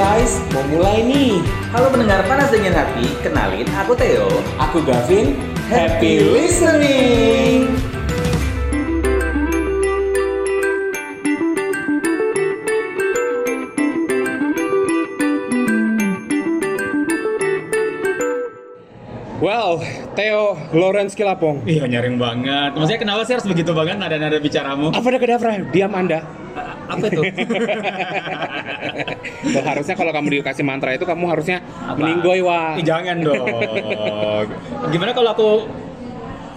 guys, mau mulai nih. Halo pendengar panas dingin hati, kenalin aku Theo. Aku Gavin, happy listening. Wow, Theo Lawrence Kilapong. Iya nyaring banget. Maksudnya kenapa sih harus begitu banget nada-nada bicaramu? Apa ada kedaftaran? Diam Anda. Apa itu? Loh, harusnya kalau kamu dikasih mantra itu kamu harusnya Apa? meninggoy wah. Ih, Jangan dong. Gimana kalau aku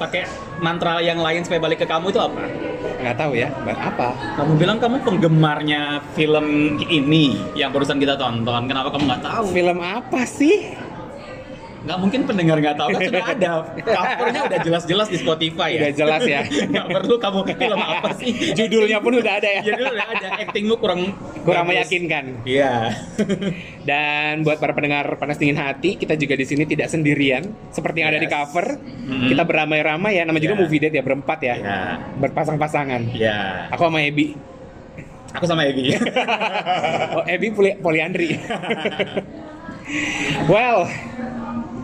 pakai mantra yang lain supaya balik ke kamu itu apa? Nggak tahu ya, buat apa? Kamu bilang kamu penggemarnya film ini yang barusan kita tonton. Kenapa kamu nggak tahu? Film apa sih? Nggak mungkin pendengar nggak tahu kan sudah ada. Covernya udah jelas-jelas di Spotify ya. Udah jelas ya. Nggak perlu kamu film apa sih? Judulnya pun udah ada ya. Ya dulu udah ada. Actingmu kurang Kurang bagus. meyakinkan. Iya. Dan buat para pendengar panas dingin hati, kita juga di sini tidak sendirian. Seperti yang ada di Yes. cover, Mm. kita beramai-ramai ya. Nama juga Ya. movie date ya berempat ya, Ya. berpasang-pasangan. Iya. Aku sama Ebi. Aku sama Ebi. Oh, Ebi poli poliandri. well,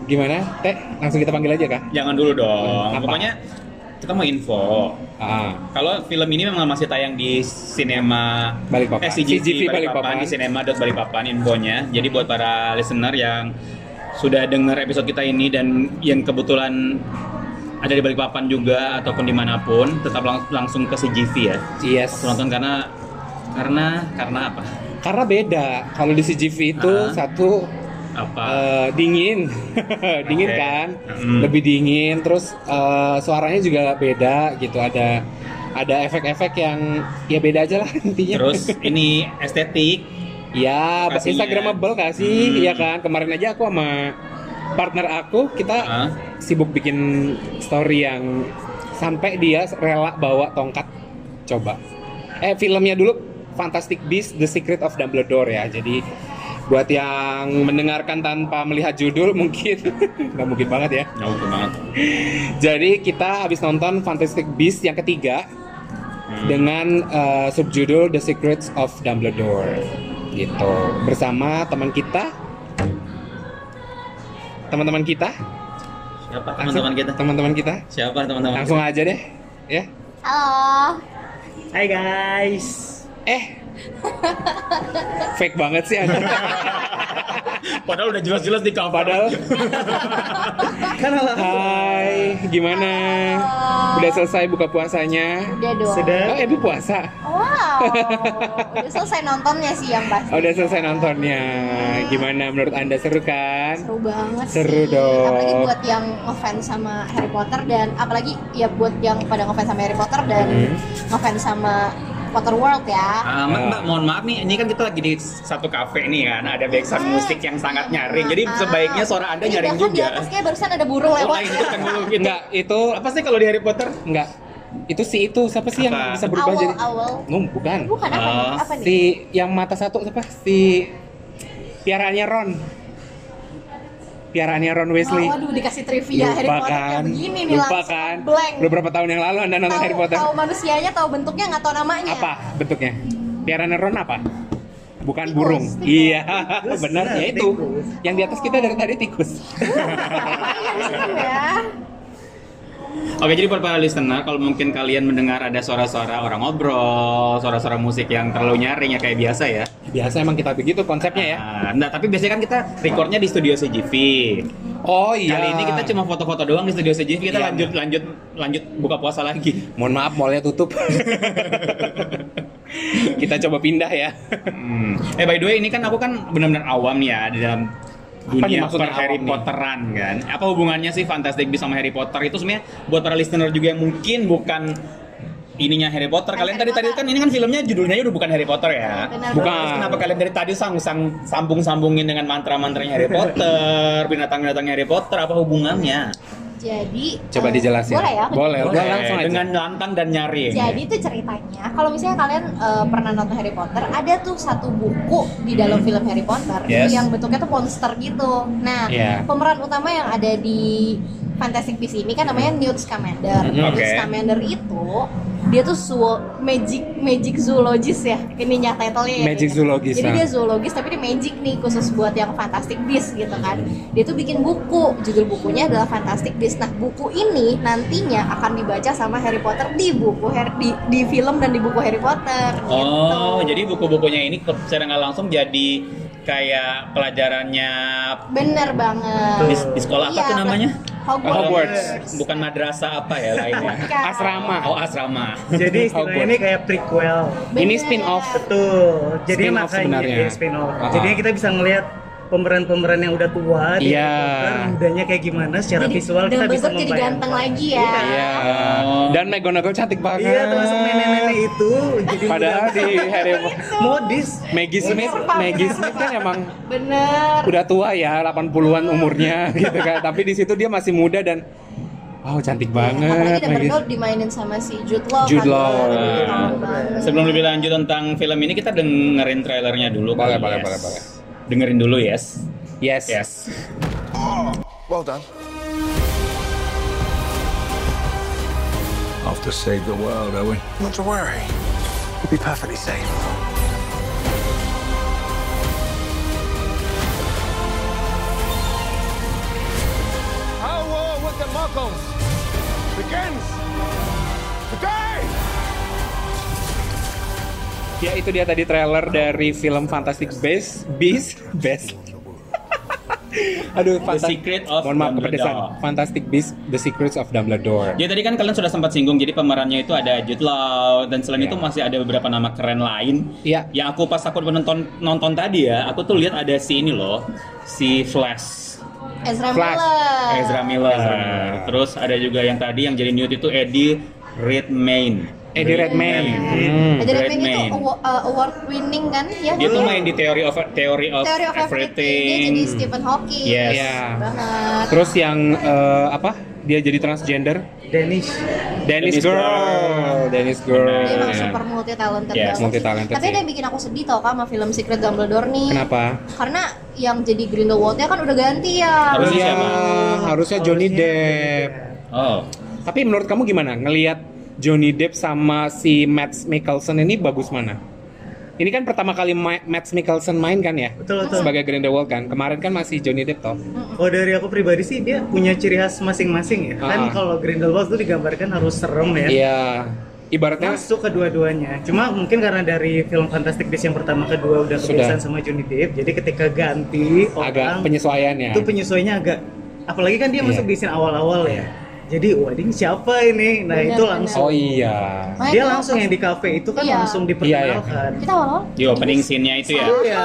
gimana? Teh, langsung kita panggil aja kak. Jangan dulu dong. Apa? Pokoknya kita mau info. Ah, Kalau film ini memang masih tayang di sinema Balikpapan. Eh, CGV, CGV Balikpapan. Balikpapan, di sinema Balikpapan infonya. Jadi buat para listener yang sudah dengar episode kita ini dan yang kebetulan ada di Balikpapan juga ataupun dimanapun, tetap lang- langsung ke CGV ya. yes. Langsung nonton karena karena karena apa? Karena beda. Kalau di CGV itu Ah. satu Apa? eh, dingin, dingin Oke. kan, Mm. lebih dingin. Terus eh, suaranya juga beda gitu. Ada ada efek-efek yang ya beda aja lah intinya. Terus ini estetik ya Lokasinya. Instagramable nggak sih? Hmm. Iya kan. Kemarin aja aku sama partner aku kita Ah. sibuk bikin story yang sampai dia rela bawa tongkat. Coba. Eh filmnya dulu Fantastic Beasts: The Secret of Dumbledore ya. Jadi buat yang mendengarkan tanpa melihat judul mungkin nggak mungkin banget ya. jauh banget. Jadi kita habis nonton Fantastic Beasts yang ketiga Hmm. dengan eh, subjudul The Secrets of Dumbledore gitu bersama teman kita teman-teman kita Siapa Langsung- teman-teman kita? teman-teman kita Siapa teman-teman? langsung aja deh ya Halo. Hai guys. eh fake banget sih anda Padahal udah jelas-jelas di cover. padahal hai gimana udah selesai buka puasanya Udah dong. oh Ebi puasa Wow. Udah selesai nontonnya sih yang pasti. Oh, udah selesai nontonnya. Gimana menurut Anda seru kan? Seru banget sih. Seru dong. Apalagi buat yang ngefans sama Harry Potter dan apalagi ya buat yang pada ngefans sama Harry Potter dan Hmm. ngefans sama Potter World ya. Ah, Mbak, Mbak, mohon maaf nih, ini kan kita lagi di satu kafe nih kan, ada background musik yang sangat nyaring. Jadi Ah. sebaiknya suara Anda Ini nyaring bahkan Di juga. atas kayak barusan ada Oh, burung lewat. kayak gitu kan dulu gitu. Enggak, itu Apa sih kalau di Harry Potter? enggak. Itu si itu siapa sih yang Apa? bisa berubah awal jadi? awal. No, bukan. Bukan apa? Ah, apa nih? Si yang mata satu siapa? Si piaraannya Ron. Piaraannya Ron Weasley. Wah, Oh, waduh dikasih trivia Iya, Harry Lupa Potter kayak kan? begini nih Lupa langsung kan? blank. Udah berapa tahun yang lalu Anda nonton Tahu- Harry Potter? Tahu manusianya, tahu bentuknya, nggak tahu namanya. Apa bentuknya? Piaraannya Ron apa? Bukan Tikus, burung. tikus. Iya, benar ya itu. Yang di atas kita dari tadi tikus. Keren ya. Oke, jadi buat para listener, kalau mungkin kalian mendengar ada suara-suara orang ngobrol, suara-suara musik yang terlalu nyaring ya kayak biasa ya. Biasa emang kita begitu konsepnya ya. Ah, Nah, tapi biasanya kan kita recordnya di studio CGV. Oh iya. Kali ini kita cuma foto-foto doang di studio CGV. Kita Iya. lanjut lanjut lanjut buka puasa lagi. Mohon maaf, mallnya tutup. kita coba pindah ya. Hmm. Eh by the way, ini kan aku kan benar-benar awam nih ya di dalam nih dunia maksudnya per Harry awam nih? Potteran kan. Apa hubungannya sih Fantastic Beasts sama Harry Potter itu sebenarnya buat para listener juga yang mungkin bukan ininya Harry Potter. Kalian Harry tadi tadi Potter. kan ini kan filmnya judulnya udah bukan Harry Potter ya. Benar, Bukan. Terus kenapa kalian dari tadi sang sang sambung sambungin dengan mantra-mantranya Harry Potter, binatang-binatangnya Harry Potter, apa hubungannya? Jadi Coba eh, dijelasin. Boleh ya? aku Boleh. jelasin? udah langsung aja. dengan lantang dan nyaring. Jadi itu ceritanya, kalau misalnya kalian eh, pernah nonton Harry Potter, ada tuh satu buku di Hmm. dalam film Harry Potter Yes. itu yang bentuknya tuh monster gitu. Nah, Iya. pemeran utama yang Hmm. ada di Fantastic Beasts ini kan namanya Newt Mhm. Scamander. Newt Oke. Scamander itu dia tuh zoo, magic magic zoologist ya ininya titlenya ya Magic kayaknya. zoologist, jadi nah. dia zoologist tapi dia magic nih khusus buat yang Fantastic Beasts gitu kan dia tuh bikin buku judul bukunya adalah Fantastic Beasts nah buku ini nantinya akan dibaca sama Harry Potter di buku Har- di, di film dan di buku Harry Potter Oh, gitu. jadi buku-bukunya ini ke- secara nggak langsung jadi kayak pelajarannya bener banget di, di sekolah apa Iya, tuh namanya? Hogwarts, Iya. Hogwarts. Bukan madrasah apa ya lainnya? Bukan. Asrama. Oh, asrama. Jadi Hogwarts. istilahnya ini kayak prequel. Ini Bener. spin-off. Betul. Jadi Spin-off makanya sebenarnya. ya, spin-off. Ah. Jadinya kita bisa ngelihat pemeran-pemeran yang udah tua, di Iya. Harry Potter, mudanya kayak gimana secara Jadi visual kita bisa Dumbledore jadi ganteng lagi ya Iya. Oh. Dan McGonagall cantik banget. Iya, termasuk nenek-nenek itu. Jadi Padahal di Harry Potter udah modis. Maggie Smith, Bener, Pak. Maggie Smith kan emang bener udah tua ya, 80-an umurnya gitu kan. Tapi di situ dia masih muda dan wow cantik Apalagi banget. Maggie. Dumbledore dimainin sama si Jude Law. Jude kan, Law. Nah, Aduh, kangen banget. Sebelum lebih lanjut tentang film ini kita dengerin trailernya dulu. Boleh, kali, boleh, Yes. boleh, boleh. Dengerin dulu, yes. Yes. Yes. Well done. Off to save the world, are we? Not to worry. You'll be perfectly safe. Our war with the Muggles begins today! Ya itu dia tadi trailer dari film Fantastic Beasts, Beasts, Beasts. Aduh, Fantas- Secret of Mohon maaf, Dumbledore. kepedesan. Fantastic Beasts, The Secrets of Dumbledore. Ya tadi kan kalian sudah sempat singgung, jadi pemerannya itu ada Jude Law dan selain Iya. itu masih ada beberapa nama keren lain. Iya. Ya aku pas aku menonton nonton tadi ya, aku tuh lihat ada si ini loh, si Flash, Ezra Flash. Miller. Ezra Miller. Ezra Miller. Terus ada juga yang tadi yang jadi Newt itu Eddie Redmayne. Eddie Redmayne. Hmm. Ezra Redmayne itu Redmayne. awa- uh, award winning kan ya? Dia tuh main di Theory of Theory of, Theory of Everything. Dia jadi Stephen Hawking. Yes. Iya. Banget. Terus yang eh, apa? Dia jadi transgender. Danish. Dennis Dennis Girl. Girl. Dennis Girl. dia emang Iya. super multi talented Yes, banget. multi-talented Tapi sih. ada yang bikin aku sedih tau kan sama film Secret Dumbledore nih. Kenapa? Karena yang jadi Grindelwald-nya kan udah ganti ya. Harusnya Iya, siapa? harusnya Johnny Harusnya Depp. Oh. Tapi menurut kamu gimana ngelihat Johnny Depp sama si Matt Mikkelsen ini bagus mana? Ini kan pertama kali Ma- Matt Mikkelsen main kan ya? Betul, betul. Sebagai Grindelwald kan. Kemarin kan masih Johnny Depp toh. Kalau dari aku pribadi sih dia punya ciri khas masing-masing ya. Kan Ah. kalau Grindelwald itu digambarkan harus serem ya. Iya. Ibaratnya masuk kedua-duanya. Cuma mungkin karena dari film Fantastic Beasts yang pertama kedua udah Sudah. kebiasaan sama Johnny Depp, jadi ketika ganti agak ya? orang penyesuaiannya. itu penyesuaiannya agak apalagi kan dia Iya. masuk di scene awal-awal ya. Jadi wah ini siapa ini? Benar, Nah, itu benar. langsung Oh iya. Makanya dia kita- langsung yang di cafe itu kan Iya. langsung diperkenalkan. Kita awal-awal Di opening scene-nya itu ya. Iya.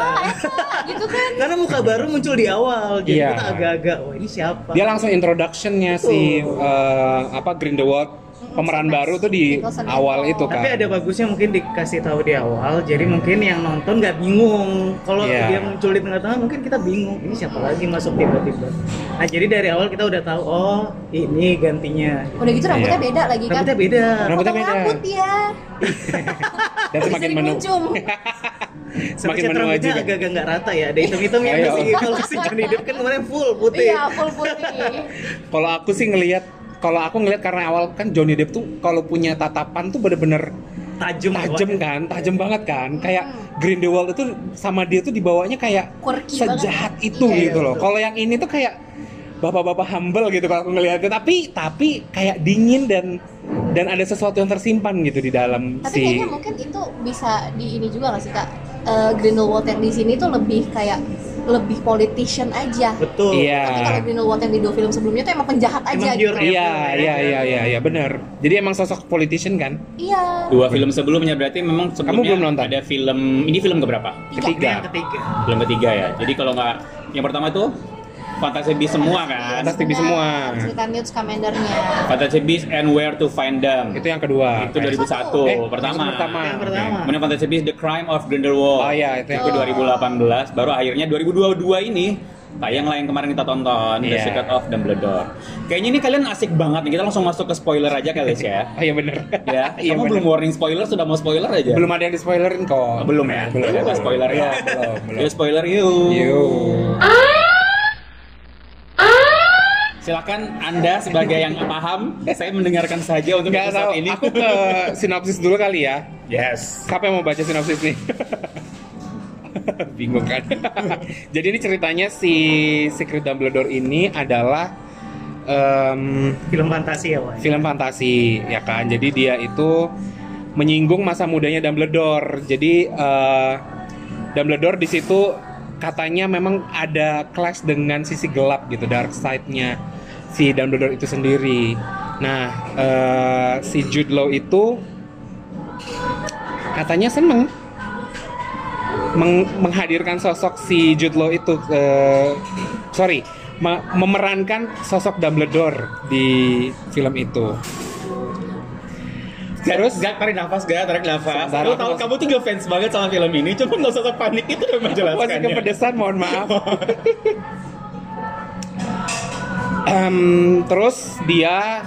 gitu kan. Karena muka baru muncul di awal, jadi Iya. kita agak-agak wah ini siapa? Dia langsung introduction-nya si Betul. eh, apa Grindelwald pemeran Sama baru tuh di Mikkelsen awal itu. itu kan. Tapi ada bagusnya mungkin dikasih tahu di awal, jadi mungkin yang nonton nggak bingung. Kalau Iya. dia muncul di tengah-tengah mungkin kita bingung, ini siapa lagi masuk tiba-tiba. Nah jadi dari awal kita udah tahu, oh ini gantinya. Udah gitu rambutnya Iya. beda lagi kan. Rambutnya beda. Rambutnya Potong beda. rambut dia. Dan semakin Sering menu. muncul. semakin Sama cat menua rambutnya juga. agak-agak nggak rata ya, ada hitam-hitamnya Ayo. masih kalau si Johnny Depp kan kemarin full putih. Iya, full putih. Kalau aku sih ngelihat kalau aku ngelihat karena awal kan Johnny Depp tuh kalau punya tatapan tuh bener-bener Tajam. tajam awalnya. kan, tajam banget kan. Kayak Grindelwald itu sama dia tuh dibawanya kayak Quirky sejahat banget. itu Iya, gitu iya, loh. Kalau yang ini tuh kayak bapak-bapak humble gitu kalau aku ngelihatnya. Tapi tapi kayak dingin dan dan ada sesuatu yang tersimpan gitu di dalam Tapi si kayaknya mungkin itu bisa di ini juga nggak sih kak? Eh, Grindelwald yang di sini tuh lebih kayak lebih politician aja. Betul. Iya. Tapi kalau Grindelwald yang di dua film sebelumnya tuh emang penjahat aja. Emang gitu. pure ya, Iya, evil, iya, kan? iya, iya, iya, benar. Jadi emang sosok politician kan? Iya. Dua film sebelumnya berarti memang sebelumnya belum nonton? ada film ini film keberapa? Tiga. Ini yang Ketiga. ketiga. Film ketiga ya. Jadi kalau nggak yang pertama itu Fantasy Beasts semua kan. Fantastic Beasts Iya, semua. Cerita Newt Scamandernya. Fantasy Beasts and Where to Find Them. Itu yang kedua. Itu 2001 Eh, itu pertama. pertama. Yang pertama. Kemudian Fantasy Beasts The Crime of Grindelwald. Oh, iya, itu yang Itu kedua. 2018. Baru akhirnya 2022 ini tayanglah yang kemarin kita tonton The Iya. Secret of Dumbledore. Kayaknya ini kalian asik banget nih. Kita langsung masuk ke spoiler aja kali ya. Oh, iya benar. Ya, Iya, kamu bener. belum warning spoiler sudah mau spoiler aja. Belum ada yang di-spoilerin kok. Iya. belum ya? Belum. Ada nggak spoiler ya? Belum, belum. Ah, Ya spoiler yuk. Yo. Silakan Anda sebagai yang paham, saya mendengarkan saja untuk Nggak tahu. episode ini. Aku ke sinopsis dulu kali ya. Yes. Siapa yang mau baca sinopsis nih? Bingung kan? Jadi ini ceritanya si Secret Dumbledore ini adalah em, Film fantasi ya, Wak. film fantasi ya kan. Jadi dia itu menyinggung masa mudanya Dumbledore. Jadi eh, Dumbledore di situ katanya memang ada clash dengan sisi gelap gitu, dark side-nya si Dumbledore itu sendiri. Nah, eh, si Jude Law itu katanya seneng meng- menghadirkan sosok si Jude Law itu eh, sorry me- memerankan sosok Dumbledore di film itu terus Terus Gak tarik nafas, gak tarik nafas. Sebentar, Aku aku tahu masih- kamu tuh gak fans banget sama film ini, cuma gak usah panik itu udah masih menjelaskannya. kepedesan mohon maaf Em, terus dia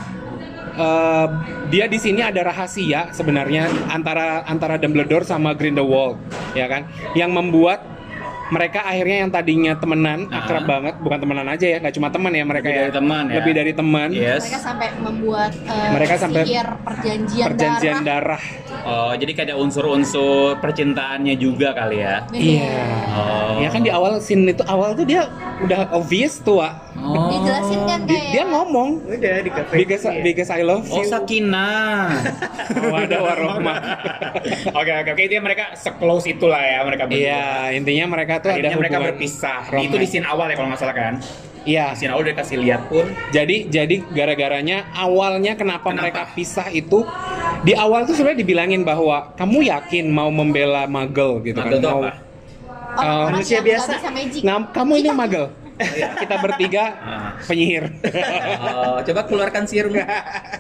eh, dia di sini ada rahasia sebenarnya antara antara Dumbledore sama Grindelwald ya kan yang membuat mereka akhirnya yang tadinya temenan Ah. akrab banget bukan temenan aja ya nggak cuma teman ya mereka Lebih ya dari teman ya. lebih dari teman Yes. mereka sampai membuat eh, Mereka sampai- sihir perjanjian, perjanjian darah. darah Oh, jadi kayak ada unsur-unsur percintaannya juga kali ya. iya Oh. ya kan di awal scene itu awal tuh dia udah obvious tuh Wak. Oh. Dijelasin kan Di- kayak dia ngomong Udah di kafe. Because, Iya. because I love Oh, you. Sakinah. Wadah warohmah. Oke, oke, oke. Itu ya mereka seclose itulah ya mereka berdua. Iya, intinya mereka tuh Akhirnya ada mereka hubungan berpisah. romantis. Itu di scene awal ya kalau nggak salah kan. Iya. Di scene awal udah kasih lihat pun. Jadi jadi gara-garanya awalnya kenapa, Kenapa? mereka pisah itu di awal tuh sebenarnya dibilangin bahwa kamu yakin mau membela magel gitu Magel kan. tuh Mau- apa? orang-orang Oh, manusia yang nggak biasa. Oh, bisa magic. Nah, kamu ini magel. Kita bertiga Ah. penyihir. Oh, coba keluarkan sirumnya.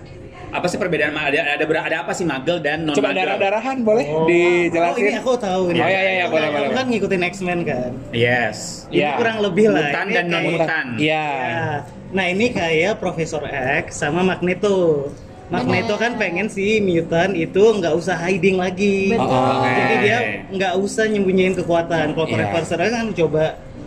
apa sih perbedaan ma- ada ada ber- ada apa sih magel dan non Coba darah-darahan boleh Oh, ini dijelasin? aku tahu. nih. Oh, iya, iya, iya, boleh, Aku boleh, kan ngikutin X-Men kan. Yes. Ini Iya. kurang lebih lah. Mutan Ini dan kayak- non-mutan. Hutan. Iya. Ya. Nah ini kayak Profesor X sama Magneto. Magneto Benar. kan pengen si mutant itu nggak usah hiding lagi. Betul. Oh, oke. Jadi dia nggak usah nyembunyiin kekuatan. Kalau Iya. Profesor X kan coba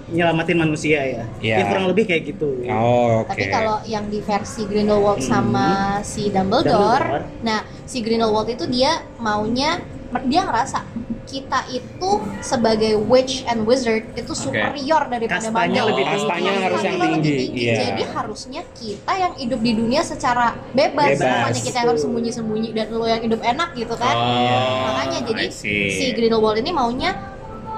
nyelamatin manusia ya. Iya. Ya kurang lebih kayak gitu. Oh, oke. Hmm. Tapi kalau yang di versi Grindelwald sama si Dumbledore, Dumbledore. kan? nah si Grindelwald itu dia maunya dia ngerasa kita itu sebagai witch and wizard itu superior daripada Muggle. Kastanya lebih tinggi. Kastanya Kastanya harus yang lebih tinggi, iya. Jadi harusnya kita yang hidup di dunia secara bebas, Bebas. bukannya kita yang harus sembunyi-sembunyi dan lo yang hidup enak gitu kan. Oh, Makanya jadi I see. si Grindelwald ini maunya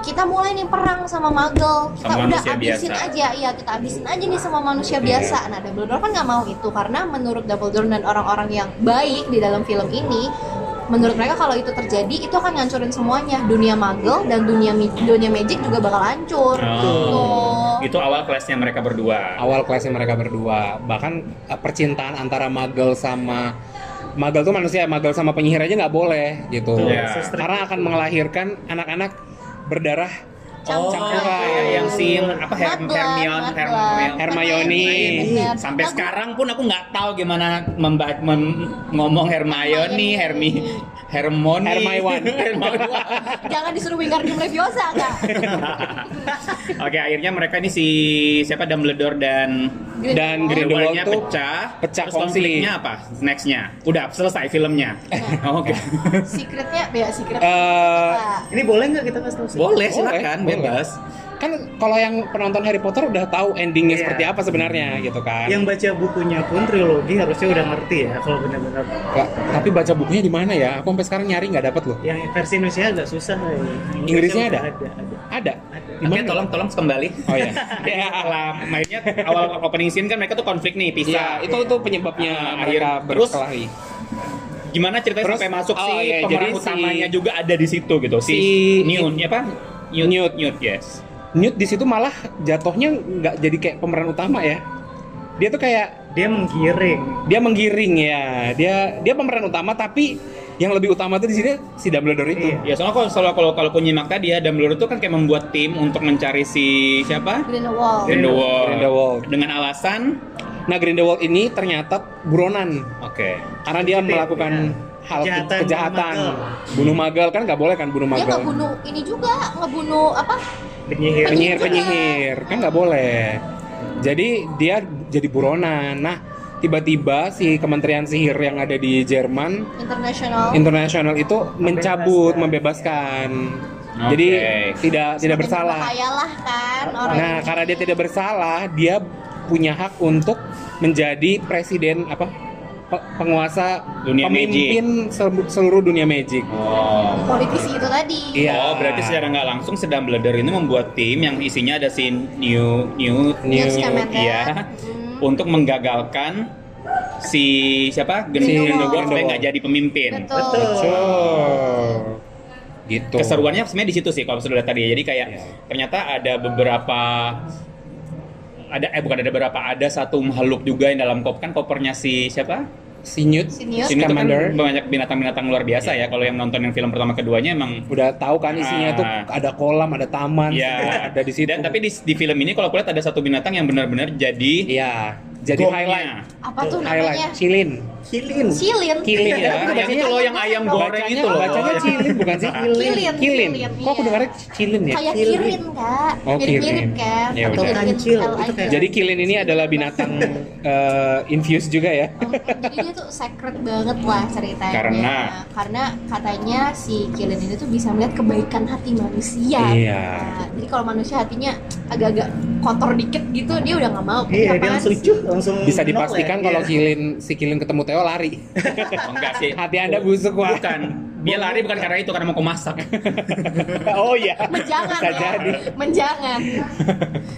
kita mulai nih perang sama Muggle. Kita Sama udah manusia abisin biasa. Iya. aja, iya kita abisin aja nih semua manusia biasa. Nah, Dumbledore kan nggak mau itu karena menurut Dumbledore dan orang-orang yang baik di dalam film ini, menurut mereka kalau itu terjadi itu akan ngancurin semuanya. Dunia Muggle dan dunia mi- dunia Magic juga bakal hancur. Oh. Gitu. Itu awal kelasnya mereka berdua. awal kelasnya mereka berdua bahkan eh, percintaan antara magel sama magel tuh manusia magel sama penyihir aja nggak boleh gitu Tuh, Iya. sestrip karena akan itu. melahirkan anak-anak berdarah Oh, Campur. kayak yang si apa Her Muggle, Hermione, Muggle. Hermione. Hermione. Bener. Sampai Muggle. sekarang pun aku nggak tahu gimana memba- mem- ngomong Hermione, Hermi, Hermione, Hermione. Hermione. Jangan disuruh Wingardium Leviosa enggak? Oke, akhirnya mereka ini si siapa Dumbledore dan Dan Grindelwald Grindelwaldnya tuh pecah. pecah Terus kongsi. konfliknya apa? Nextnya, udah selesai filmnya. Oke, secretnya ya secret Eh, apa? Ini boleh nggak kita kasih tahu sih? boleh silakan boleh. bebas. kan kalau yang penonton Harry Potter udah tahu endingnya Iya. seperti apa sebenarnya gitu kan Yang baca bukunya pun trilogi harusnya udah ngerti ya kalau benar-benar Nggak, tapi baca bukunya di mana ya aku sampai sekarang nyari nggak dapet loh yang versi Indonesia agak susah. ya. Inggrisnya ada? udah Ada, ada. ada Ada. Di mana? ya? Oke, tolong tolong kembali. oh ya Jadi setelah mainnya awal opening scene kan mereka tuh konflik Iya, nih pisah. itu tuh penyebabnya Ah, mereka akhir. Terus, berkelahi. Gimana ceritanya Terus- sampai masuk oh, si iya, pemeran jadi si- utamanya juga ada di situ gitu. Si, Si- Newt ya apa? Newt. Newt, yes. Newt di situ malah jatuhnya nggak jadi kayak pemeran utama ya. Dia tuh kayak Dia menggiring. dia menggiring ya dia dia pemeran utama tapi yang lebih utama tuh di sini si Dumbledore itu Ya Iya. soalnya kalau kalau kalau, kalau aku nyimak tadi ya Dumbledore itu kan kayak membuat tim untuk mencari si siapa? Grindelwald. Grindelwald. Grindelwald. Dengan alasan nah Grindelwald ini ternyata buronan Oke. karena dia Iya. melakukan hal ke- Kejahatan, kejahatan bunuh bunuh magal kan nggak boleh kan bunuh Dia magal ngebunuh ini juga, ngebunuh apa? Penyihir. penyihir penyihir kan nggak boleh Jadi dia jadi buronan. Nah, tiba-tiba si Kementerian Sihir yang ada di Jerman internasional internasional itu mencabut, membebaskan. Oke. Jadi tidak tidak bersalah. Kayalah kan orang. Nah, ini. karena dia tidak bersalah, dia punya hak untuk menjadi presiden apa? pe- penguasa Dunia pemimpin sel- seluruh dunia magic. Oh. politisi itu tadi. Iya. Oh, berarti secara nggak langsung sedang Bledder ini membuat tim yang isinya ada si New New New- iya. News Commander. ya Hmm. untuk menggagalkan si siapa Si Gendong Grindelwald. Grindelwald supaya nggak jadi pemimpin. Betul. Betul. Gitu. Keseruannya sebenarnya di situ sih kalau sudah tadi ya. Jadi kayak Iya. ternyata ada beberapa ada eh bukan ada beberapa ada satu makhluk juga yang dalam kop kan kopernya si siapa? Sinyut, Sinyut. Sini itu Ya, kan Scamander. banyak binatang-binatang luar biasa Iya. ya. Kalau yang nonton yang film pertama keduanya emang udah tahu kan isinya Ah. tuh ada kolam, ada taman, segala ya ada di situ. Dan tapi di, di film ini kalau kulihat ada satu binatang yang benar-benar jadi Iya, jadi gongnya. highlight, Apa tuh highlight, namanya? cilin, Kilin. Cilin. kilin Iya, ya. yang itu loh yang ayam goreng Bacanya, itu loh. bacanya cilin bukan sih kilin, Cilin, kilin. cilin, Kok aku iya. dengarnya cilin ya? Kayak Kilin. kirin kak. Oh, Mirip-mirip kirin. kan. Ya Atau udah. kirin Kancil, L itu kayak- aja. Jadi kilin ini adalah binatang eh, infused juga ya. Oh, jadi dia tuh sacred banget lah ceritanya Karena? karena katanya si Killian ini tuh bisa melihat kebaikan hati manusia Iya. Nah, jadi kalau manusia hatinya agak-agak kotor dikit gitu dia udah nggak mau Iya, dia Apaan langsung sih? cuh, langsung Bisa knock dipastikan ya. kalau Iya. kilin si kilin ketemu Theo lari. Oh, enggak sih. Hati Anda busuk wah. Bukan. Dia lari bukan karena itu karena mau ke masak. oh iya. menjangan Bisa ya jadi. menjangan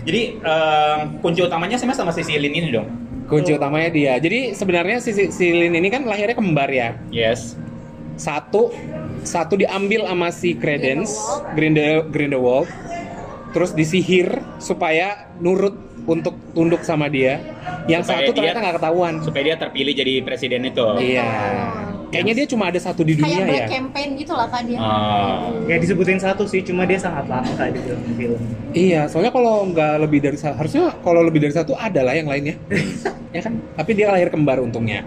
Jadi em, kunci utamanya sama sama si Silin ini dong. Kunci utamanya dia. Jadi sebenarnya si si- si Lin ini kan lahirnya kembar ya. Yes. Satu satu diambil sama si Credence Grindel Grindelwald. Terus disihir supaya nurut untuk tunduk sama dia. Yang Supaya satu dia- ternyata nggak ketahuan. Supaya dia terpilih jadi presiden itu. Iya. Kayaknya dia cuma ada satu di kayak dunia black ya. campaign gitu lah kan dia Oh. Nggak Ya, disebutin satu sih, cuma dia sangat langka di film. film. Iya, soalnya kalau nggak lebih dari satu, harusnya kalau lebih dari satu ada lah yang lainnya. ya kan? Tapi dia lahir kembar untungnya.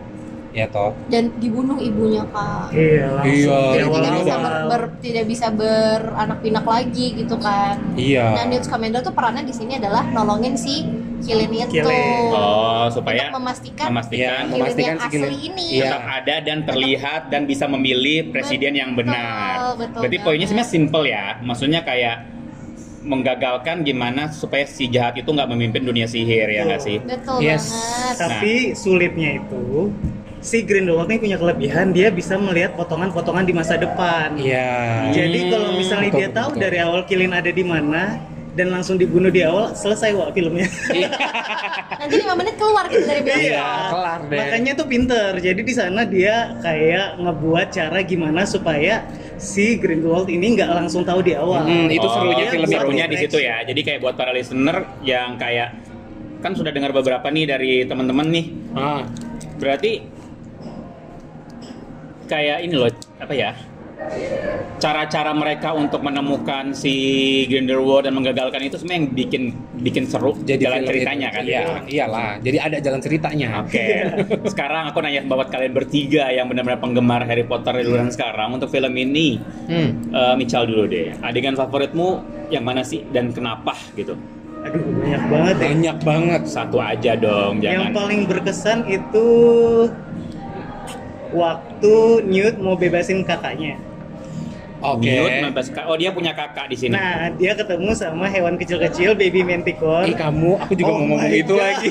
Ya toh. dan dibunuh ibunya kak Iya, Iya, langsung. Di jadi tidak ibunya bisa udah- ber- ber- tidak bisa beranak pinak lagi gitu kan Iya. nah Newt Scamander tuh perannya di sini adalah nolongin si Killian itu Killian. Oh, supaya untuk memastikan Iya, memastikan memastikan yang si Kilin. asli ini. Iya. tetap ada dan terlihat dan bisa memilih presiden yang benar. Betul, betul Berarti banget. poinnya sebenarnya simple ya. Maksudnya kayak menggagalkan gimana supaya si jahat itu nggak memimpin dunia sihir ya nggak sih? betul Yes. banget Tapi sulitnya itu si Grindelwald ini punya kelebihan dia bisa melihat potongan-potongan di masa depan. Iya. Jadi kalau misalnya Betul, dia betul, tahu betul. dari awal Kilin ada di mana dan langsung dibunuh di awal, selesai wak filmnya. nanti lima menit keluar gitu dari bioskop Iya, kelar deh. Iya. Makanya tuh pinter. Jadi di sana dia kayak ngebuat cara gimana supaya si Grindelwald ini nggak langsung tahu di awal. Mm, itu Oh, serunya iya, film serunya serunya serunya di situ ya. Jadi kayak buat para listener yang kayak kan sudah dengar beberapa nih dari teman-teman nih. Ah, Berarti kayak ini loh apa ya? Cara-cara mereka untuk menemukan si Grindelwald dan menggagalkan itu sebenarnya yang bikin bikin seru jadi jalan film ceritanya itu. kan. Iya, iyalah. Jadi ada jalan ceritanya. Oke, sekarang aku nanya buat kalian bertiga yang benar-benar penggemar Harry Potter di luar sekarang untuk film ini, Hmm. eh, Michal dulu deh. Adegan favoritmu yang mana sih dan kenapa gitu? Aduh banyak banget ya. Banyak banget. Satu aja dong, Yang jangan. paling berkesan itu waktu Newt mau bebasin kakaknya. Oke. Newt membebas- oh dia punya kakak di sini. Nah, dia ketemu sama hewan kecil-kecil baby manticore. Ih kamu, aku juga mau Oh ngomong my itu God. lagi.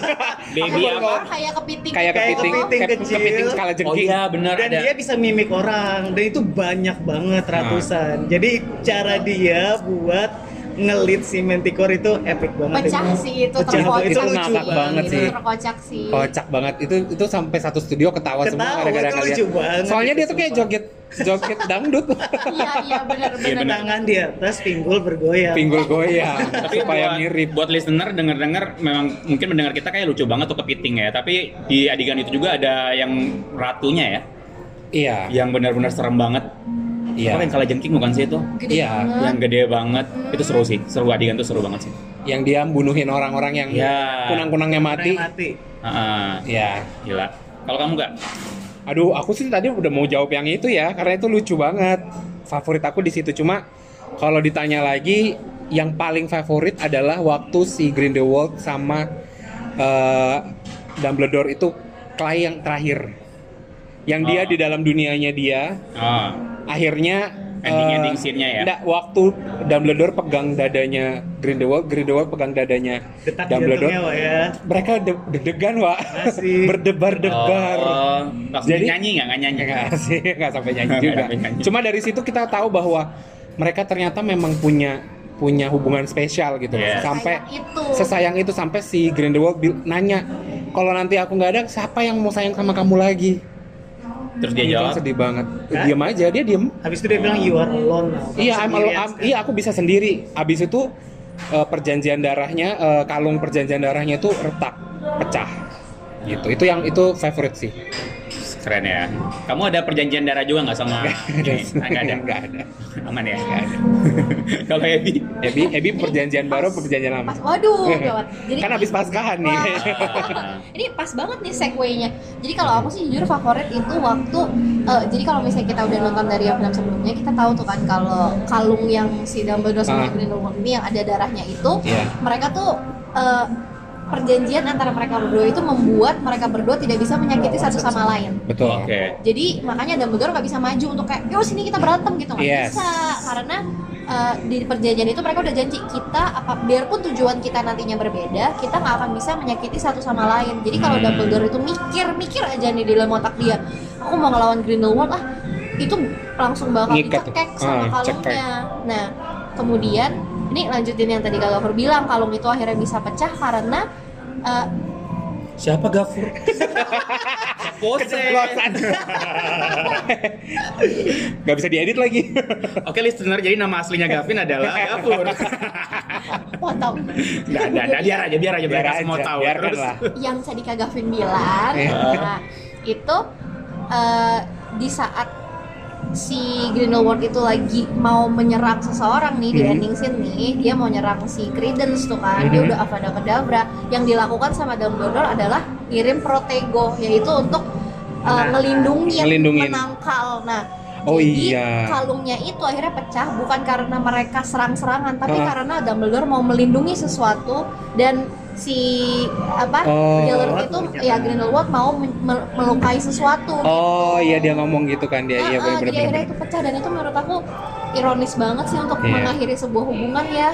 Baby Aku apa? baru- keluar kayak kepiting Kayak Kayak kepiting, kepiting kayak kecil. kepiting skala Oh jengking. iya benar dan ada. dia bisa mimik orang dan itu banyak banget Nah. ratusan. Jadi cara dia buat ngelit si manticore itu epic banget. pecah itu. sih itu Pecah, terkocak itu sih. lucu ngakak banget Itu sih. terkocak sih kocak banget itu itu sampai satu studio ketawa, semua Ketawa, gara-gara itu kalian lucu banget soalnya itu, dia tuh kayak sumpah. joget joget dangdut iya iya benar Iya, benar benar. Tangan di atas, pinggul bergoyang. pinggul goyang Tapi supaya buat, mirip buat listener dengar-dengar memang mungkin mendengar kita kayak lucu banget tuh kepiting ya. Tapi di adegan itu juga ada yang ratunya ya, iya yang benar-benar serem banget. Iya. Apa yang kalah jengking bukan sih itu? gede Iya, banget Yang gede banget. Itu seru sih. Seru adegan itu seru banget sih. yang dia bunuhin orang-orang yang Ya. kunang-kunangnya mati Orang yang mati. Ah, ya gila. Kalau kamu nggak? aduh aku sih tadi udah mau jawab yang itu ya karena itu lucu banget favorit aku di situ cuma kalau ditanya lagi yang paling favorit adalah waktu si Grindelwald sama eh, Dumbledore itu Clay yang terakhir yang dia Ah. di dalam dunianya dia Ah, akhirnya Ending-ending eh, scene-nya ya? enggak, waktu Dumbledore pegang dadanya Grindelwald Grindelwald pegang dadanya Detak jantungnya, Dumbledore Wak ya. mereka de- deg-degan Wak Masih. berdebar-debar Oh, langsung Jadi- nyanyi nggak nggak nyanyi Enggak sih, enggak sampai nyanyi Nggak juga. sampai nyanyi. Cuma dari situ kita tahu bahwa mereka ternyata memang punya punya hubungan spesial gitu loh. Yes. sampai Sesayang itu. sesayang itu sampai si Grindelwald bil- nanya kalau nanti aku nggak ada siapa yang mau sayang sama kamu lagi Terus dia Itu jawab, sedih banget Hah? diam aja dia diem Habis itu dia bilang you are alone now. kan? Kamu ya, iya I'm sendirian alone. I'm- sekarang. iya aku bisa sendiri abis itu eh, perjanjian darahnya eh, kalung perjanjian darahnya itu retak pecah gitu itu yang itu favorite sih keren ya. Kamu ada perjanjian darah juga nggak sama? ini? Ah, Nggak ada. nggak ada Aman ya. Kalau Ebi, Ebi, Ebi perjanjian baru Pas- perjanjian lama. pas- waduh, gawat. Jadi- kan habis paskahan nih. Wah. ini pas banget nih segue-nya. Jadi kalau aku sih jujur favorit itu waktu eh, jadi kalau misalnya kita udah nonton dari yang film sebelumnya kita tahu tuh kan kalau kalung yang si Dumbledore Ah. sama Grindelwald ini yang ada darahnya itu Iya. mereka tuh eh, perjanjian antara mereka berdua itu membuat mereka berdua tidak bisa menyakiti satu sama lain. Betul. oke. Jadi makanya Dumbledore nggak bisa maju untuk kayak, yo sini kita berantem gitu nggak Yes. bisa karena uh, di perjanjian itu mereka udah janji kita apa biarpun tujuan kita nantinya berbeda, kita nggak akan bisa menyakiti satu sama lain. Jadi kalau Hmm. Dumbledore itu mikir mikir aja nih di dalam otak dia, aku mau ngelawan Grindelwald ah itu langsung bakal Ngikat. dicekek sama Ah, kalungnya. Nah kemudian ini lanjutin yang tadi Gagapur bilang kalung itu akhirnya bisa pecah karena uh, Siapa Gafur? Pose. Keceplosan. Gak bisa diedit lagi. Oke listener, jadi nama aslinya Gavin adalah Gafur. potong Nggak ada, nggak, biar aja, biar aja, biar, Biar aja, semua aja, tahu. biarkan Terus, lah. yang tadi Kak Gavin bilang Iya. nah, itu eh, di saat si Grindelwald itu lagi mau menyerang seseorang nih di Mhm. ending scene nih dia mau nyerang si Credence tuh kan Mhm. dia udah Avada Kedavra yang dilakukan sama Dumbledore adalah ngirim Protego yaitu untuk eh, ngelindungin, Nah, Ngelindungin. menangkal nah Oh jadi iya. kalungnya itu akhirnya pecah bukan karena mereka serang-serangan tapi Ah. karena Dumbledore mau melindungi sesuatu dan si apa Oh. Gellert itu ya Grindelwald mau men- mel- melukai sesuatu. Oh iya dia ngomong gitu kan dia. Nah, Iya eh, benar jadi akhirnya benar. itu pecah dan itu menurut aku ironis banget sih untuk Iya. mengakhiri sebuah hubungan ya.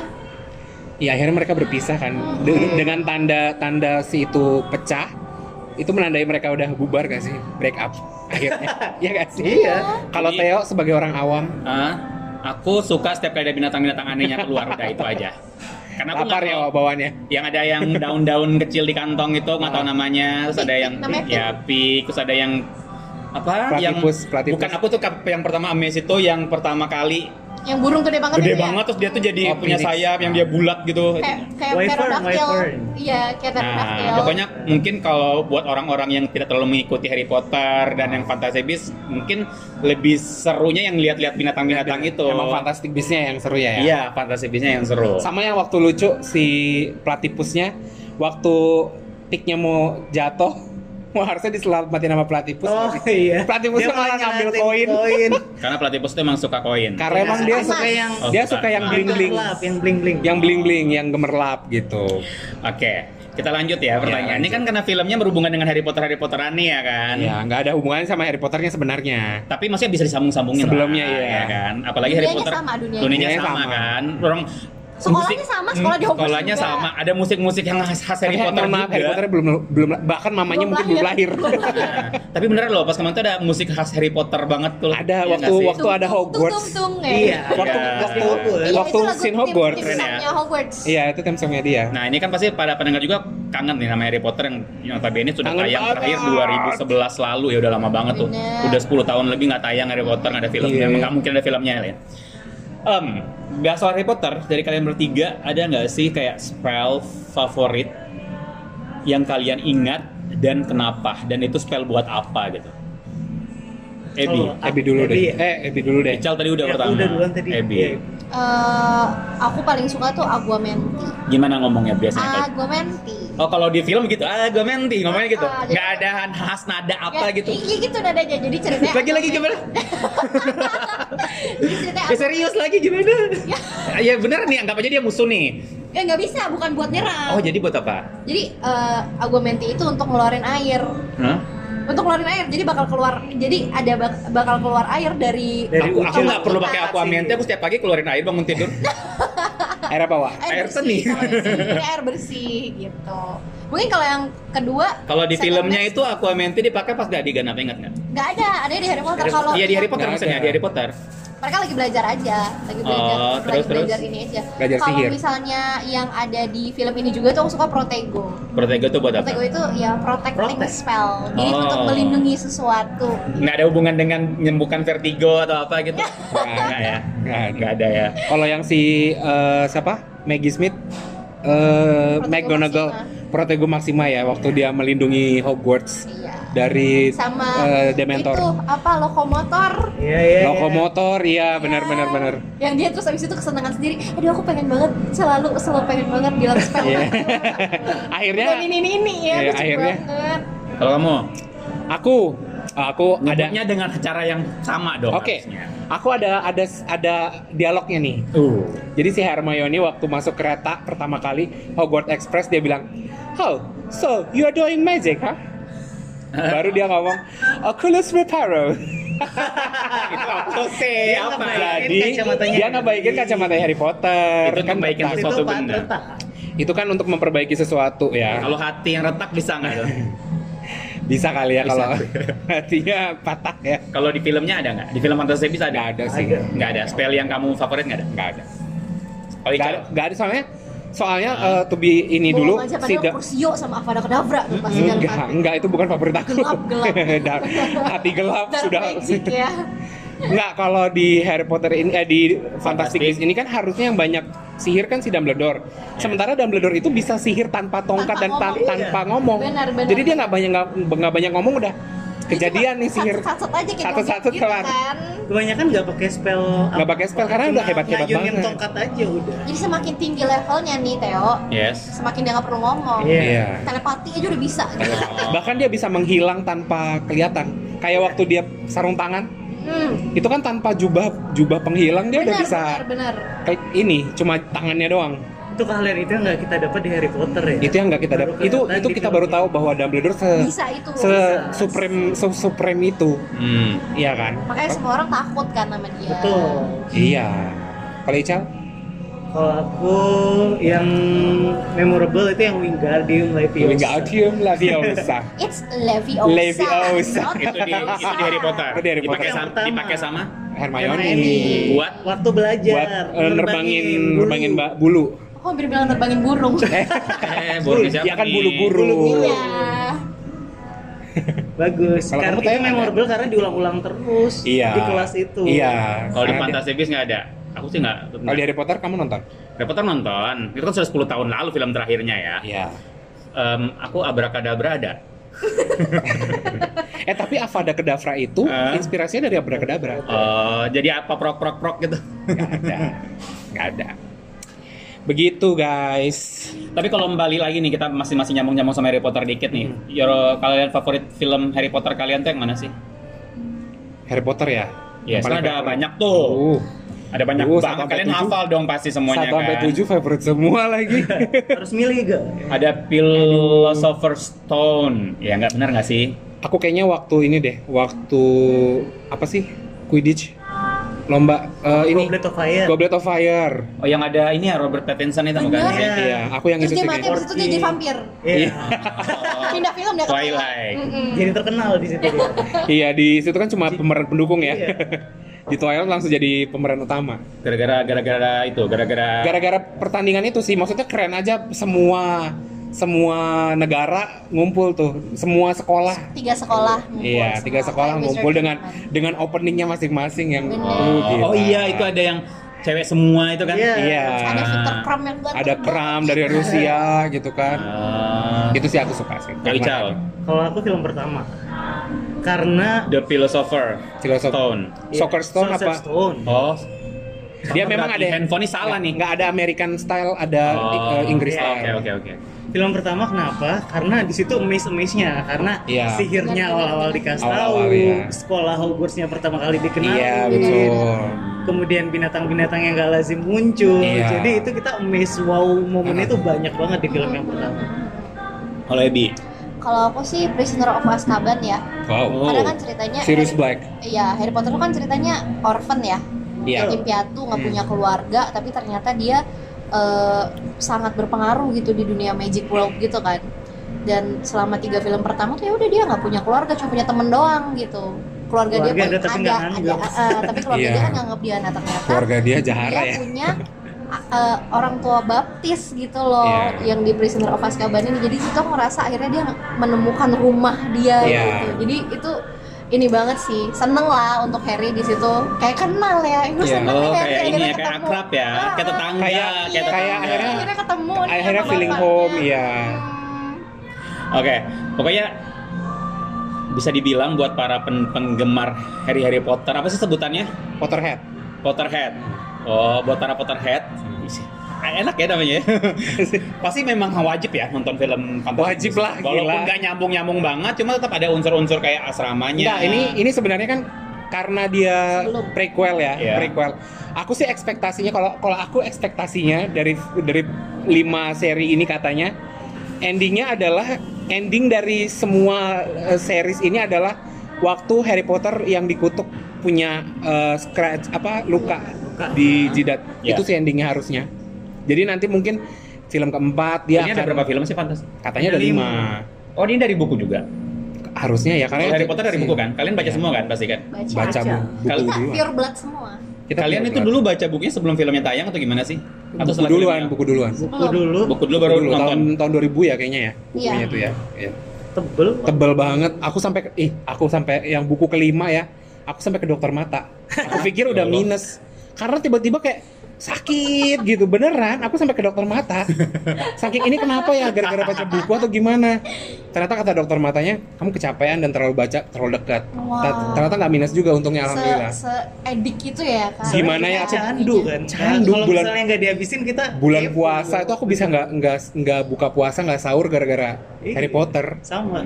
Iya akhirnya mereka berpisah kan De- dengan tanda tanda si itu pecah itu menandai mereka udah bubar gak sih break up akhirnya ya gak sih Iya. kalau Jadi- Theo sebagai orang awam ah, aku suka setiap kali ada binatang-binatang anehnya keluar udah itu aja. Karena aku lapar nggak ya tahu- bawaannya yang ada yang daun-daun kecil di kantong itu nggak tahu namanya terus ada Pik, yang namanya pik. ya pik terus ada yang apa yang Platypus, platypus. bukan aku tuh kap- yang pertama ames itu yang pertama kali Yang burung gede banget gede itu ya. banget terus dia tuh jadi Oh, punya phoenix. sayap yang dia bulat gitu kayak kayak Wyvern, pterodactyl. wyvern. Iya, kayak pterodactyl. Nah, pokoknya mungkin kalau buat orang-orang yang tidak terlalu mengikuti Harry Potter dan yang fantasi bis, mungkin lebih serunya yang lihat-lihat binatang-binatang itu. emang fantastik bisnya yang seru ya, ya? Iya, fantasi bisnya yang seru. sama yang waktu lucu si platipusnya waktu piknya mau jatuh mau harusnya diselamatin sama platipus Oh nggak sih? iya. Platypusnya Dia malah ngambil koin. Karena platypus itu emang suka koin. karena Iya. emang dia suka yang Oh, dia bukan. suka yang bling bling Gelap, yang bling bling. yang bling bling yang gemerlap gitu Oke, kita lanjut ya pertanyaan. Ini Iya, lanjut. kan karena filmnya berhubungan dengan Harry Potter Harry Potteran nih ya kan. ya nggak ada hubungannya sama Harry Potternya sebenarnya Tapi maksudnya bisa disambung-sambungin Sebelumnya, lah, iya. ya kan. Apalagi Harry Dunianya Potter sama, dunianya. Dunianya sama, sama. kan. Orang Hmm, Sekolahnya sama, sekolah di Hogwarts Sekolahnya juga. sama, ada musik-musik yang khas khas Tapi, Harry ya, Potter mohon maaf, juga. Harry Potter belum belum bahkan mamanya mungkin belum lahir Nah, tapi beneran loh pas kemarin tuh ada musik khas Harry Potter banget tuh. Ada, Iya waktu- nggak sih? waktu- ada Hogwarts. Tung, tung, tung, Iya. ya. waktu waktu Iya. Iya, Iya, waktu itu lagu scene tim- Hogwarts tim Keren ya. songnya Hogwarts. iya itu theme songnya dia Nah ini kan pasti pada pendengar juga kangen nih nama Harry Potter yang yang notabene sudah Kangen tayang banget. terakhir 2011 lalu ya udah lama banget tuh. Bener. Udah 10 tahun lebih nggak tayang Harry Potter nggak ada filmnya, Iya. Emang nggak mungkin ada filmnya ya. Em, nggak soal Harry Potter dari kalian bertiga ada nggak sih kayak spell favorit yang kalian ingat dan kenapa dan itu spell buat apa gitu? Ebi, Kalau- Nah, Ebi dulu Abby deh ya? eh Ebi dulu deh Ical tadi udah Ya, aku pertama. udah duluan tadi. Ebi, Iya. Eh, aku paling suka tuh Aguamenti. gimana ngomongnya biasanya? kalau- Aguamenti. Oh kalau di film gitu, ah gue menti ngomongnya gitu, Ah, jadi- nggak ada khas nada apa Ya, gitu. Iya gitu nadanya. Jadi ceritanya Lagi-lagi gimana? Jadi ceritanya Ya serius lagi gimana? Ya, bener nih, anggap aja dia musuh nih. Ya nggak bisa, bukan buat nyerang. Oh jadi buat apa? Jadi eh, aguamenti itu untuk ngeluarin air, Hah? untuk ngeluarin air. Jadi bakal keluar, jadi ada bak- bakal keluar air dari Dari aku aku ujung nggak perlu otak pakai sih. aquaman, aku setiap pagi keluarin air bangun tidur. Air Eh, apa, Wak? air bersih, seni. air bersih, Jadi air bersih gitu. Mungkin kalau yang kedua Kalau di second filmnya best, itu aquaman itu dipakai pas Gadigan apa ingat nggak? nggak ada, ada di Harry Potter. Kalau Iya di Harry Potter Nggak maksudnya ada. di Harry Potter. mereka lagi belajar aja, lagi belajar, Oh, lagi terus, belajar terus? ini aja. Belajar Kalau sihir. misalnya yang ada di film ini juga tuh aku suka Protego. Protego itu buat Protego apa? itu ya protecting Protect. spell. Jadi Oh. untuk melindungi sesuatu. Nggak ada hubungan dengan menyembuhkan vertigo atau apa gitu? Nggak ya? Nggak ada. Nggak ada ya? Kalau yang si eh, siapa? Maggie Smith eh Protego McGonagall Protego Maxima ya waktu dia melindungi Hogwarts Iya. dari Sama eh, Dementor. itu apa lokomotor? Iya, iya. iya. Lokomotor, iya benar benar benar. Yang dia terus abis itu kesenangan sendiri. Aduh aku pengen banget selalu selalu pengen banget bilang spell. Iya. Dan Akhirnya ini ini ini ya, Iya, lucu akhirnya. banget. Kalau kamu aku aku ada nyebutnya dengan cara yang sama dong. Oke. harusnya. Aku ada ada ada dialognya nih. Uh. Jadi si Hermione waktu masuk kereta pertama kali Hogwarts Express dia bilang, "How? So you are doing magic, huh?" Baru dia ngomong, "Oculus Reparo." Itu apa sih? Dia Apa? ngebayar. Ngebaikin Jadi kacamatanya dia Harry. ngebaikin kacamata Harry Potter. Itu kan ngebaikin retak. Itu Suatu Pak benda. Retak. Itu kan untuk memperbaiki sesuatu ya. Kalau hati yang retak bisa nggak? tuh? Bisa kali ya Bisa. kalau hatinya patah ya. Kalau di filmnya ada nggak? Di film fantasi bisa Nggak ada ada? sih. Ada. Nggak ada. Spell yang kamu favorit nggak ada? Nggak ada. Oh, Nggak Ica. ada, nggak ada soalnya soalnya eh, to be ini Bohong dulu aja, si padahal Da- Cursio sama Avada Kedavra tuh pasti dalam Enggak, hati. enggak itu bukan favorit aku. Gelap, gelap. Dar- hati gelap Dark sudah. magic ya. Enggak, kalau di Harry Potter ini eh, di Fantastic Fantastic. Beasts ini kan harusnya yang banyak sihir kan si Dumbledore. Sementara Dumbledore itu bisa sihir tanpa tongkat Tanpa dan tan- ngomong. tanpa ngomong. Benar, benar. Jadi dia nggak banyak nggak nggak banyak ngomong udah kejadian nih sihir. Satu aja kayak Satu-satu gitu kelar. kan. Kebanyakan nggak pakai spell. Nggak pakai spell, karena Cuma udah hebat-hebat ngayunin banget. tongkat aja udah. Jadi semakin tinggi levelnya nih Theo, Yes. semakin dia nggak perlu ngomong. Iya. Telepati aja udah bisa. Gitu. Bahkan dia bisa menghilang tanpa kelihatan. Kayak waktu dia sarung tangan Hmm, itu kan tanpa jubah jubah penghilang dia udah benar, bisa benar, benar. kayak ini cuma tangannya doang. Itu keahlian itu yang nggak kita dapat di Harry Potter ya. itu yang nggak kita dapat Baru itu kelihatan gitu itu di kita film baru ini. tahu bahwa Dumbledore se Bisa itu. se supreme se supreme itu Hmm. iya kan Makanya semua orang takut kan sama dia. Betul. iya kalau Ical ya Kalau aku yang memorable itu yang Wingardium Leviosa. Wingardium Leviosa It's Leviosa. Leviosa. not Itu di, Leviosa. itu di Harry Potter. Oh, di Harry dipakai Potter. sama, Yang pertama. dipakai sama Hermione buat Nah, Waktu belajar. buat eh, nerbangin nerbangin bulu. mbak bulu Aku hampir bilang terbangin burung. eh burung siapa dia kan nih? bulu-buru Iya. Bagus. Kalau karena kamu itu tanya memorable karena diulang-ulang terus iya di kelas itu. iya Kalau Karena di dia- Fantasy Beasts nggak ada. Aku sih nggak. kalau di Harry Potter kamu nonton Harry Potter nonton. Itu kan sudah 10 tahun lalu film terakhirnya ya. iya Em, aku abrakadabra ada. eh tapi Avada Kedavra itu Eh? Ah. inspirasinya dari Abracadabra Eh, jadi apa prok prok prok gitu. nggak ada nggak ada begitu guys Tapi kalau kembali lagi nih kita masih masih nyambung nyambung sama Harry Potter dikit nih. Hmm. Your- kalian favorit film Harry Potter kalian tuh yang mana sih? Harry Potter ya Ya, Yang paling ada favorit. banyak tuh. Uh, Ada banyak Uh, satu banget. sampai Kalian tujuh. hafal dong pasti semuanya satu sampai kan. tujuh favorite semua lagi. Harus milih gak? Ada Philosopher's Stone. Ya nggak benar nggak sih? Aku kayaknya waktu ini deh, waktu apa sih Quidditch lomba eh, ini Goblet of Fire. Goblet of Fire. Oh yang ada ini ya Robert Pattinson itu bukan Bener. sih? Iya. Iya, aku yang Terus itu dia sih. mati kayaknya. abis itu dia jadi vampir. Iya. Pindah film dia ke Oh. Twilight. Mm-mm. Jadi terkenal di situ dia. Iya, di situ kan cuma pemeran pendukung ya. Iya. di Twilight langsung jadi pemeran utama. Gara-gara gara-gara itu, gara-gara Gara-gara pertandingan itu sih, maksudnya keren aja semua semua negara ngumpul tuh, semua sekolah. Tiga sekolah. ngumpul Iya, semua. tiga sekolah Kayak ngumpul Wizard dengan Kingdom. dengan openingnya masing-masing yang Bener. Uh, gila. Oh, iya itu ada yang cewek semua itu kan. Iya. Iya. ada Victor Krum yang ganteng ada banget. kram dari Rusia gitu kan Ah. itu sih aku suka sih Kak Ical, Kalau aku film pertama. Karena The Philosopher Philosopher. Stone. Soccer Stone Sorcerer apa? Stone. Oh. dia memang ada handphone salah nih. nggak ada American style ada Oh, eh, Inggris iya, style Oke oke oke. Film pertama kenapa? Karena di situ amaze amaze-nya karena Iya. sihirnya awal-awal dikasih tahu, Awal-awal, iya. gitu? sekolah Hogwarts-nya pertama kali dikenal. iya betul kemudian binatang-binatang yang gak lazim muncul Iya. jadi itu kita amazed wow momen Ah. itu banyak banget di film yang pertama Kalau Ebi. Kalau aku sih Prisoner of Azkaban ya. Wow. Karena kan ceritanya Sirius Black. Iya, Harry Potter itu kan ceritanya orphan ya. Iya. Yatim piatu, nggak Hmm. punya keluarga, tapi ternyata dia eh, sangat berpengaruh gitu di dunia magic world gitu kan. Dan selama tiga film pertama tuh ya udah dia nggak punya keluarga, cuma punya temen doang gitu. Keluarga, dia Keluarga ada, pun tapi nggak nganggap. eh, tapi keluarga Iya. dia kan nganggap dia anak ternyata Keluarga dia dia Jahara ya. Iya, punya a- eh, orang tua baptis gitu loh Iya. yang di Prisoner of Azkaban ini jadi kita ngerasa akhirnya dia menemukan rumah dia Iya. gitu jadi itu ini banget sih seneng lah untuk Harry di situ kayak kenal ya gue Iya. seneng nih Oh, Harry kayak ini akhirnya ya, kayak ketemu. akrab ya, Ah, kayak ah. tetangga, Kayak- kayak Iya, kayak tetangga. akhirnya- ketemu nih ya. Akhirnya sama feeling bapaknya. home ya. Oke, pokoknya bisa dibilang buat para pen- penggemar Harry Harry Potter apa sih sebutannya? Potterhead. Potterhead. Oh, buat para Potterhead. Ah, Enak ya namanya. ya. Pasti memang wajib ya nonton film fantasy. Wajib lah, Walaupun gila. nggak nyambung-nyambung banget, cuma tetap ada unsur-unsur kayak asramanya. Nah, ini ini sebenarnya kan karena dia Sebelum. prequel ya, Iya. prequel. Aku sih ekspektasinya kalau kalau aku ekspektasinya dari dari 5 seri ini katanya endingnya adalah ending dari semua eh, series ini adalah waktu Harry Potter yang dikutuk punya eh, scratch apa luka, di jidat. Iya. Itu sih endingnya harusnya. Jadi nanti mungkin film keempat dia Ini ada akan- berapa film sih fantasy? Katanya ada Ada lima. Oh, ini dari buku juga. Harusnya ya Kalau karena Harry Potter dari buku kan? Kalian baca Iya. semua kan pasti kan? baca, Baca aja. bu- buku Kalau- kita dulu. pure blood semua Kita Kalian punya itu berat. dulu baca bukunya sebelum filmnya tayang atau gimana sih? Atau buku setelah duluan, filmnya? buku duluan. buku dulu Buku dulu baru Buku dulu, nonton. tahun tahun 2000 ya kayaknya ya. Bukunya Iya. itu ya. Iya. tebel Tebel banget. Aku sampai ke- ih, aku sampai yang buku kelima ya. Aku sampai ke dokter mata. Aku pikir udah Ya minus. Karena tiba-tiba kayak sakit gitu beneran aku sampai ke dokter mata saking ini kenapa ya gara-gara baca buku atau gimana ternyata kata dokter matanya kamu kecapean dan terlalu baca terlalu dekat Wow. ternyata nggak minus juga untungnya se alhamdulillah se edik itu ya iya. kan Gimana ya, aku- candu kan Candu, kalau bulan- misalnya nggak dihabisin kita bulan Iya, kepo. puasa itu aku bisa nggak nggak nggak buka puasa nggak sahur gara-gara Iya. Harry Potter sama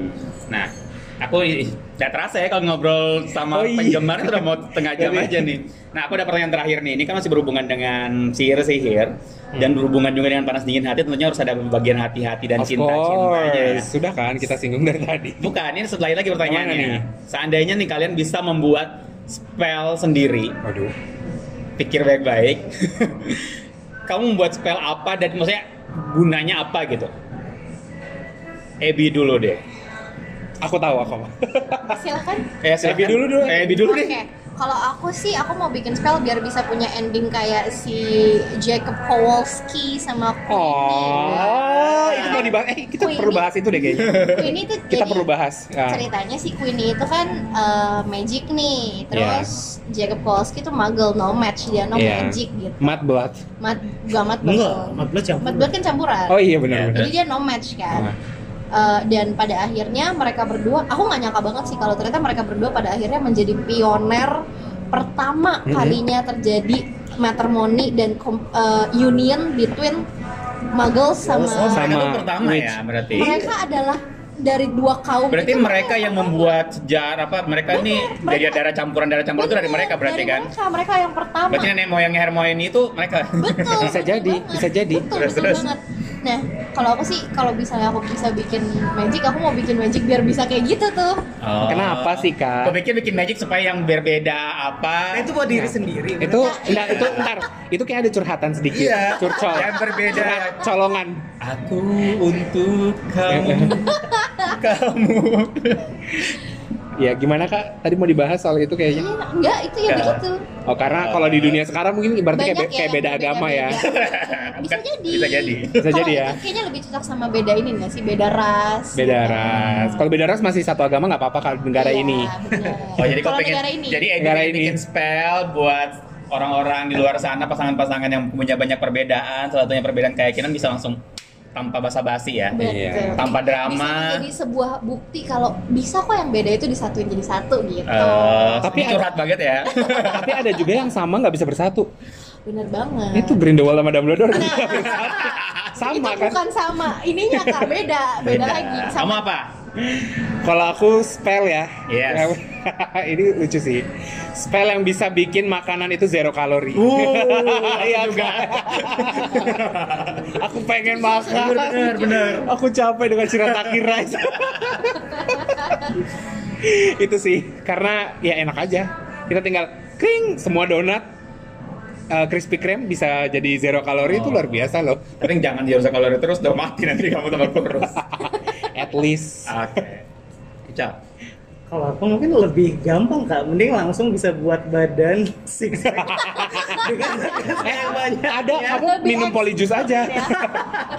Nah, aku udah terasa ya kalau ngobrol sama Oh, iya. penggemar itu udah mau tengah jam Jadi- aja nih. Nah, aku ada pertanyaan terakhir nih. Ini kan masih berhubungan dengan sihir-sihir Hmm. dan berhubungan juga dengan panas dingin hati. Tentunya harus ada bagian hati-hati dan Of cinta-cintanya. ya. course. Sudah kan kita singgung dari tadi. Bukan, ini setelah lagi Yang pertanyaannya. mana Seandainya nih kalian bisa membuat spell sendiri, Waduh. pikir baik-baik. Kamu membuat spell apa dan maksudnya gunanya apa gitu? Ebi dulu deh. Aku tahu aku. silakan Eh, Ebi dulu dulu. Eh, Ebi dulu Oke, deh. kalau aku sih aku mau bikin spell biar bisa punya ending kayak si Jacob Kowalski sama Oh, itu mau dibahas. Eh, kita Queenie. perlu bahas itu deh kayaknya. Queenie itu Kita jadi perlu bahas. Ah. ceritanya si Queenie itu kan eh, magic nih, terus Jacob Kowalski itu muggle no match dia no Iya. magic gitu, Mat blood. Iya. mat gak mat enggak blood, 14 jam mat blood kan campuran. Oh iya benar benar. Jadi dia no match kan. Iya. Ah. Eh, dan pada akhirnya mereka berdua, aku nggak nyangka banget sih kalau ternyata mereka berdua pada akhirnya menjadi pioner pertama Mhm. kalinya terjadi matrimoni dan kom- eh, union between muggles Oh, sama, mereka Sama tuh pertama Witch. ya berarti. mereka adalah dari dua kaum. Berarti itu mereka yang membuat sejarah apa mereka ini mereka. dari darah campuran darah campuran itu dari mereka berarti Iya, kan? dari Mereka, mereka yang pertama. Berarti kan- nenek moyangnya Hermione itu mereka. betul Bisa betul jadi, banget. bisa jadi. betul, Terus, betul terus. banget nah kalau aku sih kalau misalnya aku bisa bikin magic aku mau bikin magic biar bisa kayak gitu tuh Oh. Kenapa sih, Kak? Gua pikir bikin magic supaya yang berbeda Nah, apa? itu buat diri sendiri Itu enggak itu ntar. Itu kayak ada curhatan sedikit. Iya. Curcol. Yang berbeda. Curhat colongan. Aku untuk kamu, kamu. Ya gimana Kak? Tadi mau dibahas soal itu Iya, kayaknya. enggak itu ya Ya. begitu Oh karena kalau di dunia sekarang mungkin ibaratnya kayak, banyak be- kayak beda agama ya. bisa jadi Bisa jadi. Bisa Kalau jadi ya. itu kayaknya lebih cocok sama beda ini nggak sih beda ras Beda gitu. ras. Kalau beda ras masih satu agama nggak apa-apa kalau negara Iya, ini. bener. Oh jadi kau Kalau pengen negara ini jadi Ebi Negara pengen ini. bikin spell buat orang-orang di luar sana pasangan-pasangan yang punya banyak perbedaan salah satunya perbedaan keyakinan bisa langsung tanpa basa-basi ya. Betul. Iya. Tanpa Bisa drama. jadi sebuah bukti kalau bisa kok yang beda itu disatuin jadi satu gitu Eh, Tapi tapi curhat banget ya. Tapi ada juga yang sama nggak bisa bersatu. bener banget Itu Grindelwald sama Dumbledore sama Nah. itu kan? bukan sama ininya kak beda beda, lagi Sama apa? Kalau aku spell ya. Yes. Ini lucu sih. Spell yang bisa bikin makanan itu zero kalori. Iya juga. aku pengen makan. Bener, bener. Aku capek dengan shirataki rice. itu sih karena ya enak aja. Kita tinggal kring semua donat eh, Krispy Kreme bisa jadi zero kalori Oh. itu luar biasa loh. Tapi jangan jauh kalori terus, udah mati nanti kamu tambah kurus. At least. Oke. Ical. Kalau aku mungkin lebih gampang kak, mending langsung bisa buat badan six pack dengan yang banyak. Eh, ada ya. kamu Lebih minum ekstrim polijus aja. ya.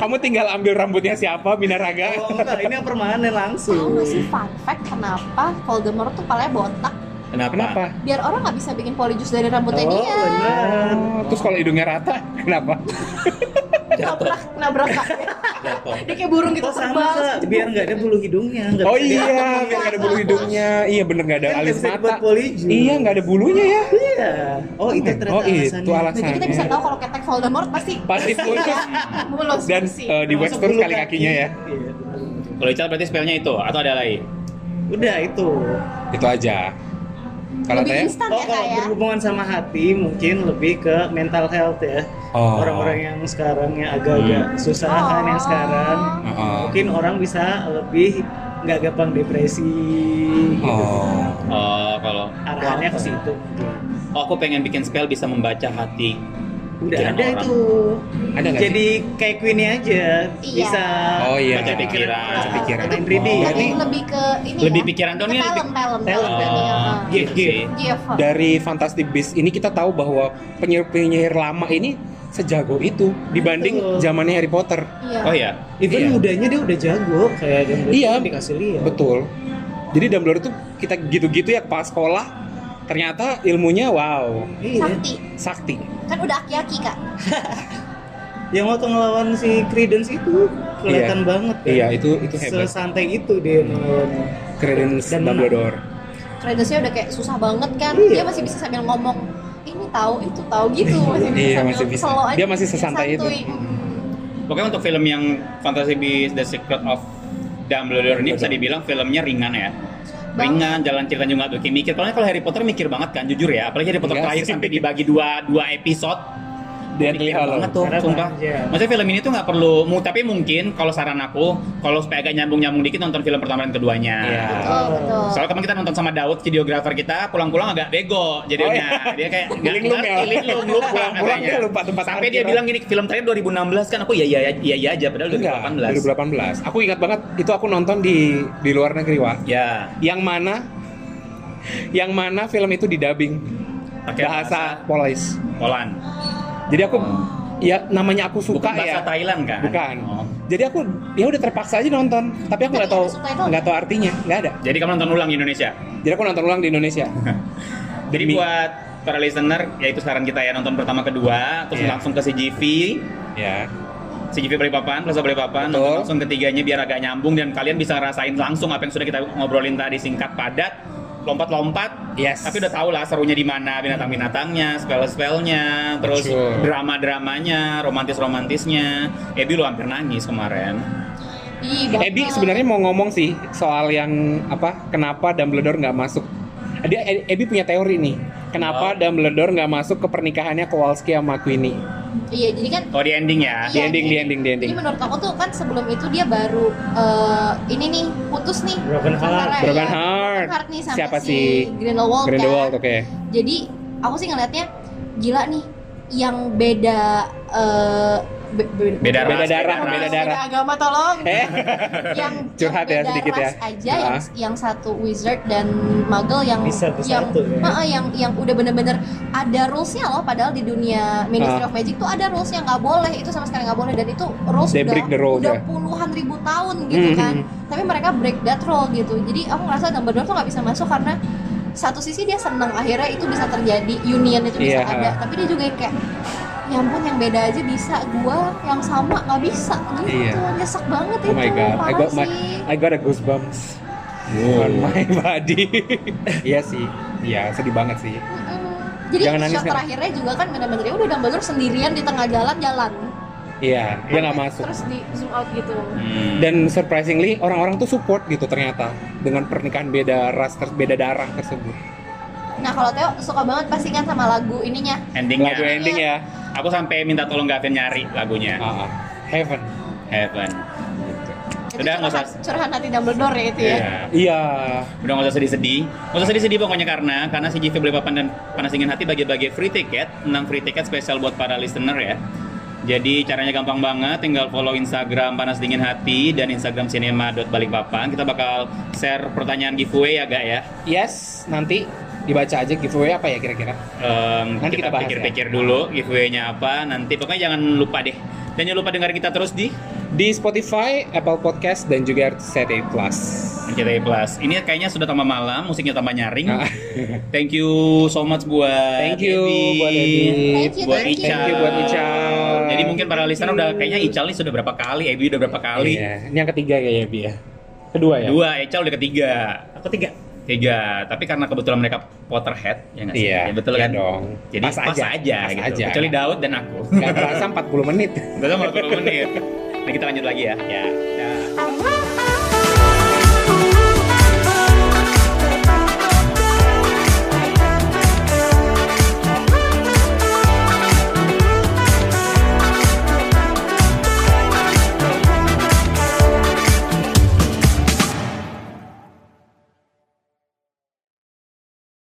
kamu tinggal ambil rambutnya siapa binaraga. Kalau Oh, enggak, ini yang permanen Tahu langsung. nggak sih fun fact kenapa Voldemort tuh kepalanya botak? Kenapa? Kenapa? Biar orang nggak bisa bikin polijus dari rambutnya Oh, dia. benar. Oh, terus kalau hidungnya rata, kenapa? Jatuh. Nabrak, nabrak. Jatuh. dia kayak burung gitu Oh terbang. sama kak, biar nggak ada bulu hidungnya. nggak Oh bisa di- iya, biar nggak ada bulu hidungnya. Iya bener nggak ada Kan nggak alis bisa dibuat mata. polijus. Iya nggak ada bulunya ya. Iya. Oh, itu ternyata Oh, itu alasannya. Jadi kita bisa tahu kalau ketek Voldemort pasti Pasti mulus mulus dan eh, bersih. di Termasuk Western bulu sekali kakinya ya. Iya, betul. Kalau Ical berarti spellnya itu atau ada lain? Udah itu. Itu aja. Kalau lebih teh, instan Oh ya kalau kak ya. berhubungan sama hati mungkin lebih ke mental health ya. Oh. Hmm. Orang-orang yang sekarang yang agak-agak susahan Oh. yang sekarang. Heeh. Mungkin orang bisa lebih nggak gampang depresi. gitu. oh, Oh, kalau Arahannya ke situ. Oh, aku pengen bikin spell bisa membaca hati. Udah pikiran ada orang. itu. ada nggak? sih? Jadi kayak Queenie aja Iya. bisa oh iya. Baca pikiran. Baca pikiran. Main reading. Oh, Tapi berarti lebih ke ini Lebih ya. pikiran dong, Ke ini lebih- Talent, talent, Iya. Talent. Oh, talent. gitu sih. Give. dari Fantastic Beasts ini kita tahu bahwa penyair-penyair lama ini sejago itu dibanding Betul. zamannya Harry Potter. Iya. Oh ya. Even Iya. mudanya dia udah jago kayak Dumbledore Iya. dikasih lihat. Betul. Jadi Dumbledore itu kita gitu-gitu ya kepala sekolah ternyata ilmunya wow, Iya. Sakti. sakti. Kan udah aki-aki kak. Yang waktu ngelawan si Credence itu kelihatan Iya. banget kan. Iya, itu itu hebat. Sesantai itu dia ngelawannya. Credence Dan menang. Dumbledore. Kredensinya udah kayak susah banget kan. Iya. Dia masih bisa sambil ngomong ini tahu itu tahu gitu masih bisa. Iya, sambil masih bisa. slow aja, Dia masih sesantai itu. santuy. Pokoknya untuk film yang Fantasy Beasts The Secret of Dumbledore ini bisa dibilang filmnya ringan ya. Ringan, jalan ceritanya juga nggak bikin mikir. Soalnya kalau Harry Potter mikir banget kan, jujur ya. Apalagi Harry Potter Enggak terakhir sih. sampai dibagi dua dua episode. Deadly Mikir banget Hallows. tuh, Karena sumpah. panjang. Maksudnya film ini tuh nggak perlu, mu- tapi mungkin kalau saran aku, kalau supaya agak nyambung-nyambung dikit nonton film pertama dan keduanya. Iya. Betul, betul. Soalnya kemarin kita nonton sama Daud, videografer kita, pulang-pulang agak bego Oh, iya. jadinya. Dia kayak nggak Linglung ya? ngerti, linglung, lupa Pulang-pulang katanya. dia lupa tempat Sampai dia parkiran. bilang gini, film terakhir 2016 kan, aku iya iya iya iya aja, padahal Enggak, 2018. 2018. Aku ingat banget itu aku nonton di di luar negeri, Wak. Ya, Yang mana yang mana film itu didubbing pakai bahasa Polish. Poland. Jadi aku ya namanya aku Bukan suka ya. bahasa Thailand kan? Bukan. Oh. Jadi aku ya udah terpaksa aja nonton, tapi aku nggak tahu Tapi ada subtitle nggak tahu artinya, nggak ada. Jadi kamu nonton ulang di Indonesia. Jadi aku nonton ulang di Indonesia. Jadi Demi- buat para listener, yaitu saran kita ya nonton pertama kedua, Iya. terus langsung ke CGV, ya. CGV Balikpapan, Plaza Balikpapan, Betul. nonton langsung ketiganya biar agak nyambung dan kalian bisa ngerasain langsung apa yang sudah kita ngobrolin tadi singkat padat, lompat-lompat. Yes. Tapi udah tau lah serunya di mana, binatang-binatangnya, spell-spellnya, terus Betul. drama-dramanya, romantis-romantisnya. Ebi lu hampir nangis kemarin. Ih, banget. Ebi sebenarnya mau ngomong sih soal yang apa kenapa Dumbledore nggak masuk. Dia E- Ebi punya teori nih. Kenapa Oh. Dumbledore nggak masuk ke pernikahannya Kowalski sama Queenie? Iya, jadi kan Oh di ending ya? Ah, Di ending, di ending, di ending. iya. Jadi menurut aku tuh kan sebelum itu dia baru eh, ini nih putus nih Broken heart. antara, Broken ya, heart. broken heart nih sama Siapa si sih? Grindelwald, Grindelwald, kan. oke. Jadi aku sih ngelihatnya gila nih yang beda eh, be- be- Beda ras, Beda darah, Mohon beda maaf, darah. agama tolong. Eh, yang Curhat ya yang beda sedikit ras ya. Aja Ah. yang yang satu wizard dan muggle yang Bisa yang bersatu ya. Ah, ah, yang yang udah bener-bener ada rulesnya loh padahal di dunia Ministry Ah. of Magic tuh ada rules yang nggak boleh itu sama sekali nggak boleh dan itu rules They udah, break the rule, udah ya. puluhan ribu tahun gitu Mhm. kan tapi mereka break that rule gitu jadi aku ngerasa Dumbledore tuh nggak bisa masuk karena satu sisi dia seneng akhirnya itu bisa terjadi union itu Iya. bisa ada tapi dia juga yang kayak ya ampun yang beda aja bisa gua yang sama nggak bisa gitu Iya. nyesek banget oh itu my god, I parah got my sih I got a goosebumps on my body. Iya sih. Iya, sedih banget sih. Mm-mm. jadi Jangan nangis, shot Kak. terakhirnya juga kan benar-benar ya udah Dumbledore sendirian di tengah jalan jalan Iya, dia nggak masuk. Terus di zoom out gitu. Hmm. Dan surprisingly orang-orang tuh support gitu ternyata dengan pernikahan beda ras, ter- beda darah tersebut. Nah kalau Theo suka banget pasti kan sama lagu ininya. endingnya. Lagu ending ya, Aku sampai minta tolong Gavin nyari lagunya. Ah, ah. Heaven. Heaven. Itu Udah, nggak curahan, usah. curahan hati Dumbledore ya itu ya. Iya. Iya, Udah nggak usah sedih-sedih. Nggak usah sedih-sedih pokoknya karena karena si JV Balikpapan dan Panas Dingin Hati bagi-bagi free ticket, 6 free ticket spesial buat para listener ya. Jadi caranya gampang banget, tinggal follow Instagram Panas Dingin Hati dan Instagram cinema.balikpapan. Kita bakal share pertanyaan giveaway ya, Gak ya. yes nanti dibaca aja giveaway apa ya kira-kira? Em, Nanti kita kita bahas ya. pikir-pikir dulu giveaway-nya apa. Nanti pokoknya jangan lupa deh. Dan jangan lupa dengerin kita terus di Di Spotify, Apple Podcast dan juga RCTI Plus. RCTI E Plus. Ini kayaknya sudah tambah malam, musiknya tambah nyaring. Ah. Thank you so much buat Thank you Debbie. buat Debbie. Thank you, buat Iya, thank you. Ical. Thank you buat Ical. Jadi mungkin para listener udah kayaknya Ical nih sudah berapa kali, Ebi udah berapa kali. Iya, ini yang ketiga kayaknya Bi ya. Kedua ya? Dua, Ical udah ketiga. Ketiga. Tiga, tapi karena kebetulan mereka Potterhead, ya nggak sih? Iya, Ya, betul iya kan? dong. Jadi Pas pas, aja. aja, Pas gitu. aja. Kecuali Daud dan aku. Gak terasa 40 menit. Gak sama 20 menit. Nah kita lanjut lagi ya. Ya. Dah. Aha.